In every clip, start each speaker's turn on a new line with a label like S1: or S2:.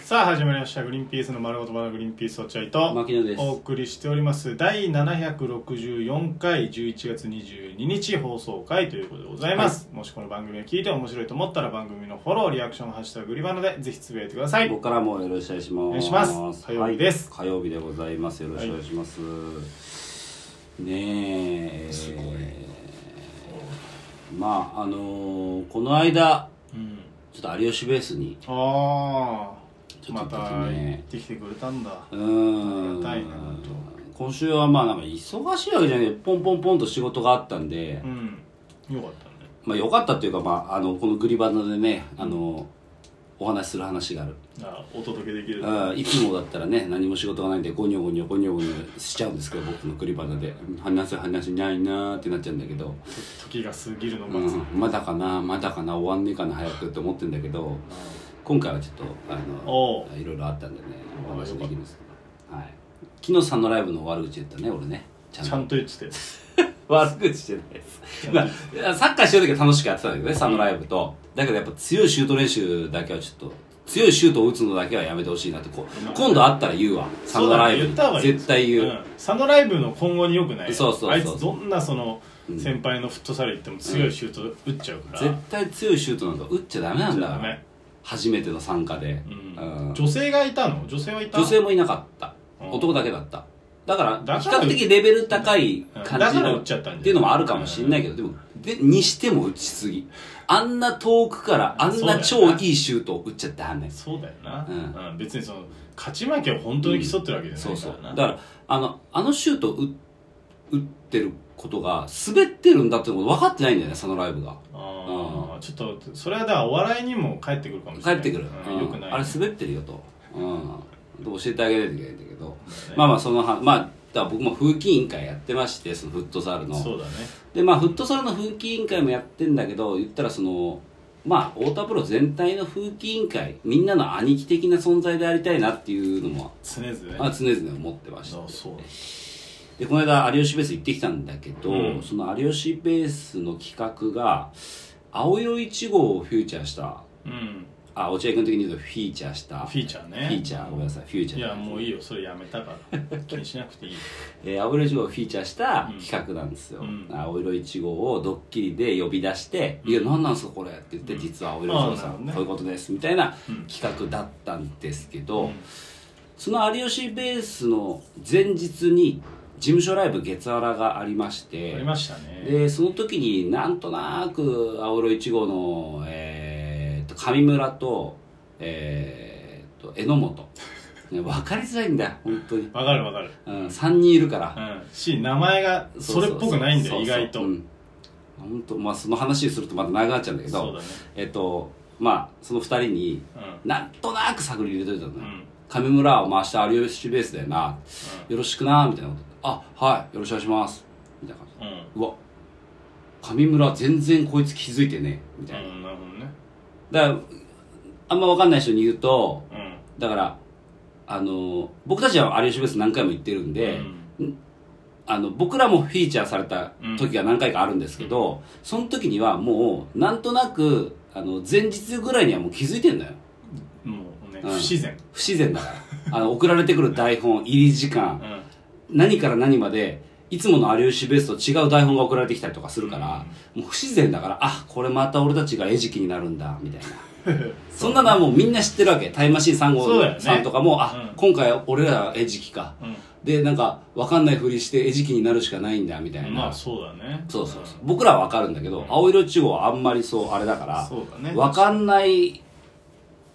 S1: さあ始まりました「グリーンピースの丸ごとバナナグリーンピース落合」と
S2: 牧野です。
S1: お送りしております第764回11月22日放送回ということでございます、もしこの番組を聞いて面白いと思ったら番組のフォローリアクション「ハッシュタググリバナ」でぜひつぶやいてください
S2: 僕からもよろしくお願いします。
S1: お願いします火曜日です
S2: はい火曜日でございます。よろしくお願いします。ねえ。
S1: すごい
S2: まああのーこの間
S1: うん
S2: ちょっと有吉ベースに
S1: ああ
S2: ちょっ
S1: ま
S2: と
S1: た
S2: 行
S1: 行っ
S2: ってきてね。
S1: てきてくれたんだ
S2: うーん
S1: ありがたいな本
S2: 今週はまあなんか忙しいわけじゃないけどポンポンポンと仕事があったんで、
S1: うんよかったね
S2: まあ良かったっていうかまああのこのグリバナでねあのお話しする話がある
S1: あお届けできる
S2: あーいつもだったらね何も仕事がないんでゴニョゴニョゴニョゴニョしちゃうんですけど僕の栗花で話せ話せないなーってなっちゃうんだけど、
S1: 時が過ぎるの
S2: う
S1: が
S2: ん、まだかなまだかな終わんねえかな早くって思ってんだけど今回はちょっとあ
S1: お
S2: のいろいろあったんでねお
S1: あー
S2: 話
S1: よ
S2: で
S1: かった
S2: きるんですけど、はい、木野さんのライブの悪口言ったね俺ねち
S1: ちゃんと言ってて
S2: 悪口じゃないです、まあ、サッカーしてる時は楽しくやってたんだけどねサンのライブとだけどやっぱ強いシュート練習だけはちょっと強いシュートを打つのだけはやめてほしいなってこう今度会ったら言うわサン
S1: そう
S2: の
S1: だ
S2: ラ
S1: ね
S2: イブ
S1: 言った方がいい
S2: 絶対言う、
S1: ん佐野ライブの今後によくない
S2: そうそうそう
S1: あいつどんなその
S2: うん
S1: 先輩のフットサル行っても強いシュート打っちゃうから、
S2: 絶対強いシュートなんか打っちゃダメなんだ
S1: ダ
S2: から
S1: メ
S2: 初めての参加で、
S1: うん
S2: うん
S1: 女性がいたの女性はいた
S2: 女性もいなかった
S1: うん
S2: 男だけだっただか
S1: から
S2: ら比較的レベル高い
S1: うん
S2: 感
S1: だ
S2: じ
S1: から
S2: の
S1: 打っちゃったんじゃ
S2: っていうのもあるかもしれないけど、でも、で、にしても打ちすぎ。あんな遠くから、あんな
S1: そうだ
S2: 超
S1: よない
S2: いシュートを打っちゃダメ。
S1: そうだよな、
S2: うん
S1: うん別にその勝ち負けを本当に競ってるわけじゃ
S2: そ
S1: な
S2: う
S1: いか
S2: そう。
S1: らな、
S2: だから、あの、あのシュートを打打ってることが、滑ってるんだってこと分かってないんだよね、そのライブが。
S1: あーちょっとそれはだからお笑いにも返ってくるかもしれ
S2: 帰
S1: ない
S2: ってくる。
S1: うんよくない
S2: あれ滑ってるよと。うん。教えてあげないといけないんだけど。
S1: ね
S2: まあまあ、そのは、まあ、だから僕も風紀委員会やってまして、そのフットサルの。
S1: そうだね
S2: でまあフットサルの風紀委員会もやってんだけど言ったらそのまあ太田プロ全体の風紀委員会みんなの兄貴的な存在でありたいなっていうのも、
S1: 常々
S2: まあ、
S1: ね
S2: 常々思ってまし
S1: あ
S2: て
S1: そう
S2: でこの間有吉ベース行ってきたんだけど、
S1: うん
S2: その有吉ベースの企画が青色1号をフューチャーした
S1: うん
S2: あ落合君的に言うとフィーチャーした
S1: フィーチャーね
S2: フィーチャーごめんなさいフューチャー
S1: いやもういいよそれやめたから気にしなくていい
S2: えー、青色1号をフィーチャーした企画なんですよ、
S1: うん
S2: 青色1号をドッキリで呼び出して「いや何なんすかこれ」って言って「
S1: うん
S2: 実は青色1号さ
S1: ああなるほどね
S2: ん、こういうことです」みたいな
S1: うん
S2: 企画だったんですけど、
S1: うん
S2: その有吉ベースの前日に事務所ライブ月原がありまして
S1: ありましたね
S2: でその時になんとなく青色1号の、えー、と上村と,、えー、と 榎本、ね、分かりづらいんだ本当に、
S1: わかるわかる
S2: うん、3人いるから、
S1: うんし名前がそれっぽくないんだよ
S2: そう
S1: 意
S2: そうそう
S1: 外と
S2: うん本当まあその話するとまた長くなっちゃうんだけど
S1: そうだね
S2: えっとまあその二人に
S1: う
S2: なんとなく探り入れといたのよ、
S1: んうん
S2: 上村を回して有吉ベースだよなよろしくなみたいなことあはいよろしくお願いしますみたいな感じ
S1: うんうん
S2: うわ上村全然こいつ気づいてねみたいな、
S1: うんなるほどね
S2: だからあんま分かんない人に言うと
S1: うん
S2: だからあの僕たちは有吉ベース何回も行ってるんで、
S1: うん
S2: あの僕らもフィーチャーされた時が何回かあるんですけど、その時にはもうなんとなくあの前日ぐらいにはもう気づいてんだよ
S1: もうね
S2: う
S1: 不
S2: ん
S1: 自然
S2: 不自然だか らあの送られてくる台本入り時
S1: う
S2: 間
S1: ん
S2: 何から何までいつもの有吉ベースと違う台本が送られてきたりとかするから、もう不自然だからあこれまた俺たちが餌食になるんだみたいな そんなのはもうみんな知ってるわけタイムマシーン3
S1: そうだよ
S2: 号
S1: ね
S2: さんとかも、あ、
S1: うん
S2: 今回俺ら餌食か
S1: うん
S2: でなんか分かんないふりして餌食になるしかないんだみたいな、
S1: まあそうだね
S2: そうそうそう僕らは分かるんだけど、青色地方はあんまりそうあれだから
S1: そうだね
S2: 分かんない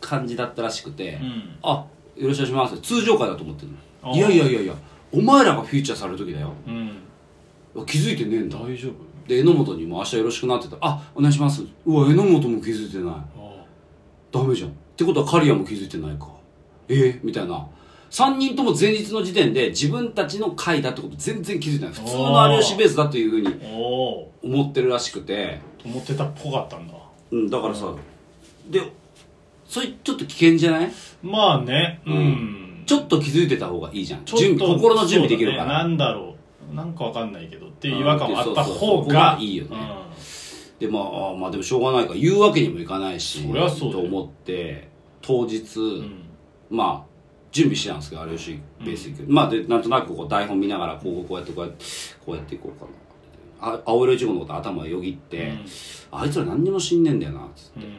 S2: 感じだったらしくて、
S1: うん
S2: あよろしくお願いします通常会だと思ってる
S1: あ
S2: のいやいやいやいやお前らがフィーチャーされる時だよ
S1: うんうん
S2: 気づいてねえんだ
S1: 大丈夫
S2: で榎本にも「明日よろしくな」って言ったら「あお願いします」うわ榎本も気づいてない
S1: あ
S2: ダメじゃんってことは刈谷も気づいてないかええみたいな3人とも前日の時点で自分たちの会だってこと全然気づいてない普通の有吉ベースだというふうに
S1: あおお
S2: 思ってるらしくて
S1: 思ってたっぽかったんだ
S2: うん、だからさ、でそれちょっと危険じゃない
S1: まあねう
S2: うんちょっと気づいてた方がいいじゃん
S1: ちょっと
S2: 準備心の準備できる
S1: そう
S2: か
S1: だね
S2: ら、
S1: なんだろうなんかわかんないけどっていう違和感はあった
S2: うんそうそう
S1: 方
S2: そこが
S1: が
S2: いいよね
S1: うん
S2: でまああまあでもしょうがないから言うわけにもいかないし
S1: そりゃそうだ
S2: と
S1: よ
S2: 思って当日、
S1: うん
S2: まあ準備してたんですけど有吉ベース教、まあでなんとなくこう台本見ながらこうこうやってこうやってこうやっていこうかなあ青色いちごのこと頭をよぎって、あいつら何にも死んねえんだよなっつ
S1: う
S2: って
S1: んうん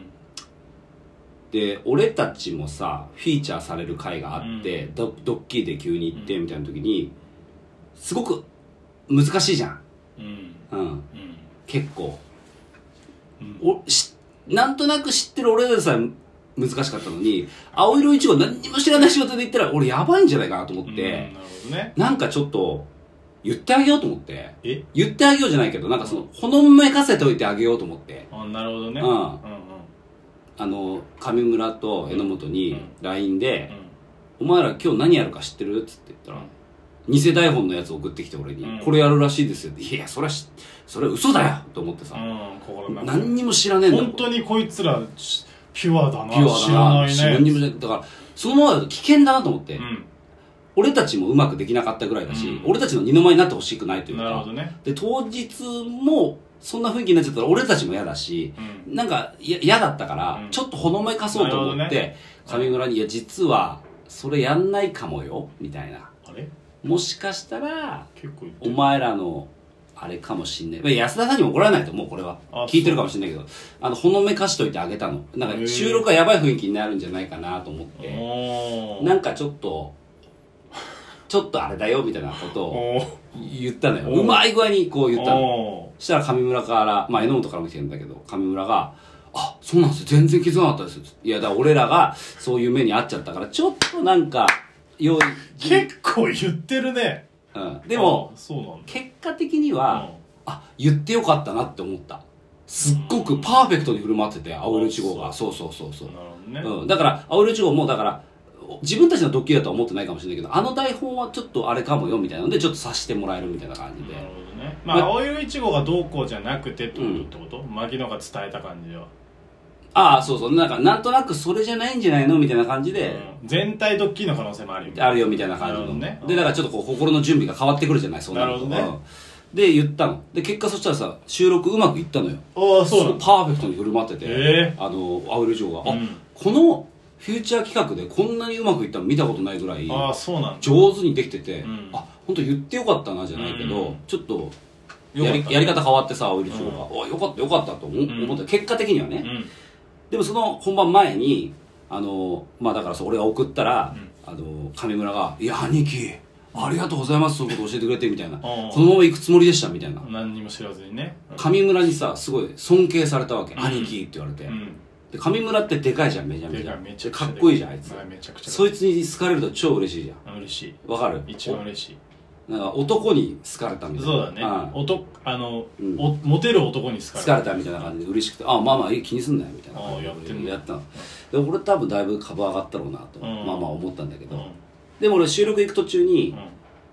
S2: で俺たちもさフィーチャーされる回があって、ドドッキリで急に行ってみたいな時にすごく難しいじゃん、
S1: うん
S2: うん、
S1: うん
S2: 結構
S1: うん
S2: おしなんとなく知ってる俺らでさえ難しかったのに青色いちご何にも知らない仕事で行ったら俺やばいんじゃないかなと思
S1: う
S2: っ
S1: ん
S2: て、
S1: なるほどね
S2: なんかちょっと言ってあげようと思って
S1: え
S2: 言ってあげようじゃないけどなんかそのほのめかせておいてあげようと思って
S1: あなるほどね
S2: うん
S1: うんうん
S2: あの上村と榎本
S1: う
S2: に
S1: ん
S2: LINE
S1: う
S2: で
S1: ん
S2: お前ら今日何やるか知ってる?」っつって言ったら偽台本のやつ送ってきて俺に「
S1: うん
S2: これやるらしいですよ」って「いやそれはしそれは嘘だよ!」と思ってさ、
S1: うん心の中で
S2: 何にも知らねえんだもん
S1: 本当にこいつらしピュアだな
S2: ピュア
S1: 知ら
S2: だ
S1: な
S2: ない
S1: ね
S2: 何にも知らないだからそのままだと危険だなと思って、
S1: う
S2: 俺たちもうまくできなかったぐらいだし、
S1: うん
S2: 俺たちの二の舞になってほしくないとい
S1: ん
S2: う
S1: なるほ
S2: か
S1: どね
S2: で当日もそんな雰囲気になっちゃったら俺たちも嫌だし
S1: うん
S2: なんかや嫌だったから、
S1: うん
S2: ちょっとほのめかそうと思
S1: な
S2: っ
S1: る
S2: て、上村に「いや実はそれやんないかもよ」みたいな
S1: あれ
S2: もしかしたら
S1: 結構言って
S2: お
S1: る
S2: 前らのあれかもしんないまあ安田さんにも怒られないと思うこれは
S1: あ
S2: 聞いてるかもしんないけどあのほのめかしといてあげたのなん
S1: へ
S2: か
S1: え
S2: 収録はやばい雰囲気になるんじゃないかなと思って
S1: おー
S2: なんかちょっとちょっとあれだよみたいなことを
S1: おー
S2: 言ったのよ
S1: お
S2: うまい具合にこう言ったの
S1: お
S2: そしたら上村からまあ榎本からも来てるんだけど上村が「あそうなんですよ全然気づかなかったです」いやだから俺らがそういう目に遭っちゃったからちょっとなんか用意
S1: ー結構言ってるね
S2: うん、でも
S1: あそうなんだ
S2: 結果的には、
S1: うん
S2: あ言ってよかったなって思ったすっごくパーフェクトに振る舞ってて青色1号がそうそうそうそう
S1: なるほどね
S2: うん、だから青色1号もだからお自分たちのドッキリだとは思ってないかもしれないけどあの台本はちょっとあれかもよみたいなのでちょっとさしてもらえるみたいな感じで
S1: なるほどねまあ
S2: ま
S1: 青色いちごがどうこうじゃなくてってことってこと牧野が伝えた感じでは
S2: ああそうそうなんかなんとなくそれじゃないんじゃないのみたいな感じで、
S1: うん全体ドッキリの可能性もあるよ
S2: あるよみたいな感じの、
S1: なるほどね
S2: でだからちょっとこう心の準備が変わってくるじゃないそうなると
S1: なるほど
S2: うんで言ったので結果そしたらさ収録うまくいったのよ
S1: ああそうなんだ
S2: パーフェクトに振る舞ってて、
S1: え
S2: あの青色城が、あ
S1: うん
S2: このフューチャー企画でこんなにうまくいったの見たことないぐらい
S1: ああそうなんだ
S2: 上手にできてて、
S1: うん
S2: あ本当言ってよかったなじゃないけど、
S1: うん
S2: ちょっと
S1: よか
S2: や
S1: った
S2: り
S1: ね
S2: やり方変わってさ青色城が、およかったよかったと思,、
S1: ん
S2: 思った結果的にはね、
S1: うん
S2: でもその本番前にあのまあだからさ俺が送ったら、あの上村が「いや兄貴ありがとうございますそういうこと教えてくれて」みたいな「
S1: ん
S2: このまま行くつもりでした」みたいな
S1: 何にも知らずにね
S2: 上村にさすごい尊敬されたわけ「
S1: ん
S2: 兄貴」って言われて、
S1: うん
S2: で上村ってでかいじゃんめちゃめ
S1: で
S2: ち
S1: か
S2: ゃ
S1: いめちゃくちゃ
S2: か
S1: で
S2: っこいいじゃんあいつ、
S1: はいめちゃくちゃ
S2: そ
S1: い
S2: いつに好かれると超嬉しいじゃ
S1: 嬉しい
S2: んわかる
S1: 一番嬉しい
S2: おなんか男に好かれたみたいな
S1: そうだね
S2: ん
S1: 男あの
S2: うん
S1: おモテる男に好
S2: 好
S1: か
S2: か
S1: れ
S2: れたみたいな感じで嬉しくて「あまあまあいい気にすんなよ」みたいな
S1: ああやってんね
S2: やったので俺多分だいぶ株上がったろうなと、
S1: うん
S2: まあまあ思ったんだけ
S1: う
S2: ど、
S1: ん
S2: でも俺収録行く途中に、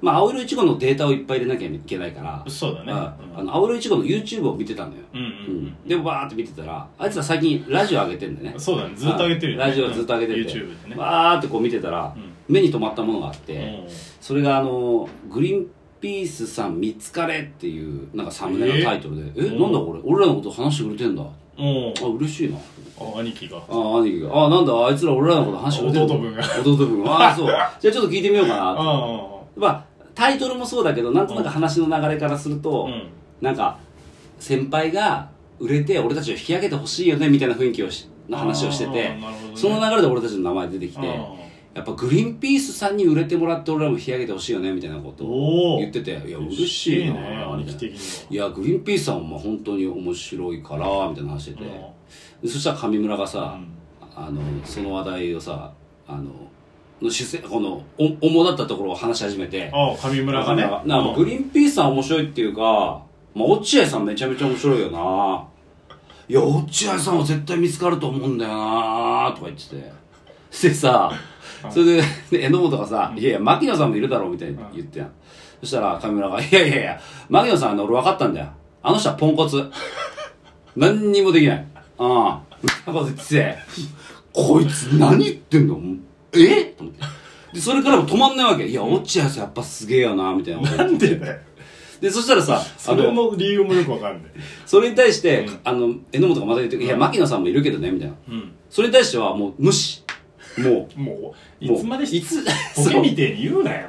S1: う
S2: まあ、青色いちごのデータをいっぱい入れなきゃいけないから、
S1: んそうだね
S2: あ
S1: うん
S2: あの青色いちごの YouTube を見てたのよ、
S1: うん
S2: う
S1: うん
S2: でバーって見てたらあいつら最近ラジオ上げてんだよね
S1: うんそうだねずっと上げてるよね
S2: ラジオずっと上げて
S1: うん
S2: て、
S1: YouTube でね
S2: バーってこう見てたら、
S1: うん
S2: 目に留まったものがあって、
S1: うん
S2: それがあのグリーンピースさん見つかれっていうなんかサムネのタイトルで「え
S1: うん
S2: なんだこれ俺らのこと話してくれてんだあ
S1: も
S2: 嬉しいな」
S1: うあ兄貴が
S2: あ兄貴が「あなんだあいつら俺らのこと話してくれてんだ
S1: 弟分が
S2: 弟 分ああそうじゃあちょっと聞いてみようかな」
S1: ああ
S2: まあタイトルもそうだけどなんとなく話の流れからすると、
S1: うん
S2: なんか先輩が売れて俺たちを引き上げてほしいよねみたいな雰囲気をしの話をしてて、
S1: あーなるほどね
S2: その流れで俺たちの名前出てきて、やっぱグリーンピースさんに売れてもらって俺らも引き上げてほしいよねみたいなこと
S1: お
S2: を
S1: ー
S2: 言ってていや
S1: うん
S2: 嬉しいな
S1: ね兄貴的
S2: い
S1: に
S2: やグリーンピースさんも本当に面白いからみたいな話してて、
S1: は
S2: でそしたら上村が
S1: う
S2: さ、
S1: ん
S2: あのその話題をさあのの主戦このお主だったところを話し始めて
S1: ああ上村がね
S2: なんかなんかグリーンピースさん面白いっていうか、まあ、落合さんめちゃめちゃ面白いよないや落合さんは絶対見つかると思うんだよなとか言っててでさそれでで榎本がさ「いやいや牧野さんもいるだろ」みたいに言ってやんそしたら上村が「いやいやいや牧野さんあの俺分かったんだよあの人はポンコツ何にもできないああみたいなこと言っててこいつ何言ってんのえと思ってでそれからも止まんないわけいや落合さんやっぱすげえよなみたいなこと言って
S1: なんでだよ
S2: でそしたらさあ
S1: それ
S2: の
S1: の理由もよくわかんない
S2: それに対して、
S1: うん
S2: あの榎本がまた言って「いや牧野さんもいるけどね」みたいな
S1: うん
S2: それに対してはもう無視も
S1: もう
S2: う
S1: い
S2: もう
S1: つまで
S2: いつ
S1: ボ
S2: そ
S1: ケ
S2: う
S1: みてえに言うなよ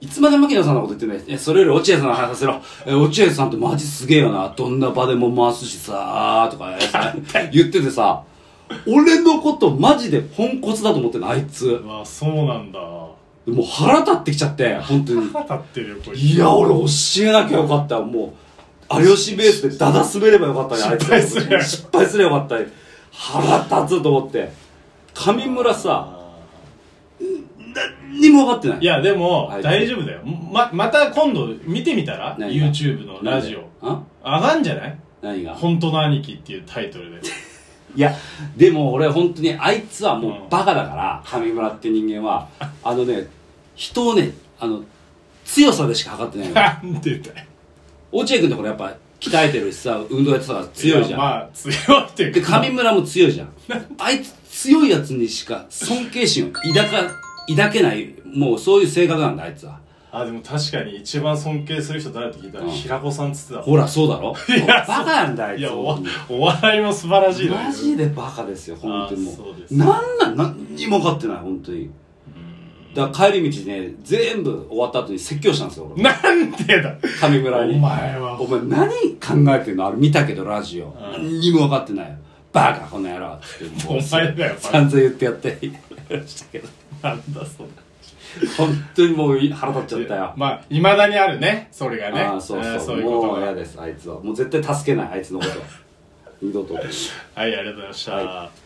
S2: いつまで牧野さんのこと言ってないえそれより落合さんの話させろえ落合さんってマジすげえよなどんな場でも回すしさー とかさ言っててさ俺のことマジでポンコツだと思ってんのあいつ
S1: うわそうなんだ
S2: もう腹立ってきちゃって本当に
S1: 腹立ってるよこれ
S2: いや俺教えなきゃよかったもう有吉ベースでダダ滑ればよかったねあいつ
S1: 失敗すりゃ
S2: 失敗すればよかったね腹立つと思って上村さ
S1: あ
S2: 何にも分かってな
S1: ー
S2: い
S1: いやでも
S2: はい
S1: 大丈夫だよままた今度見てみたら
S2: 何が
S1: YouTube のラジオ
S2: あ
S1: 上がんじゃない
S2: 何が
S1: 本当の兄貴っていうタイトルで
S2: いやでも俺本当にあいつは
S1: う
S2: も
S1: ん
S2: うバカだから上村って人間はあのね人をねあの強さでしか測 ってない の
S1: なんでだよ
S2: 落合君ってこれやっぱ鍛えてるしさ運動やってたから強いじゃ
S1: や
S2: ん
S1: まあ強いってい
S2: で
S1: うか
S2: 上村も強いじゃんあいつ強いやつにしか尊敬心を抱か抱けないもうそういう性格なんだあいつは
S1: あでも確かに一番尊敬する人誰って聞いたら
S2: うん
S1: 平子さんっつってたもん
S2: ほらそうだろ
S1: いや
S2: バカなんだあい
S1: い
S2: つ
S1: やお
S2: 本当に
S1: お笑いも素晴らしいのに
S2: マジでバカですよ本当にも
S1: あそうで
S2: う
S1: す
S2: なんなん何にも分かってない本当にだから帰り道ね全部終わった後に説教したんですよ俺
S1: なんでだ
S2: 上村に
S1: お前は
S2: お前何考えてんのあれ見たけどラジオ、何にも分かってないよバカこの野郎ってってもう
S1: お前だよバカ
S2: 散々言ってやってやりましたけど
S1: なんだそれ
S2: 本当にもう腹立っちゃったよ
S1: まあいまだにあるねそれがね
S2: ああそう
S1: えー
S2: そう
S1: いうこ
S2: も
S1: と
S2: う
S1: が
S2: 嫌ですあいつはもう絶対助けないあいつのことは二度と
S1: はいありがとうございました、
S2: は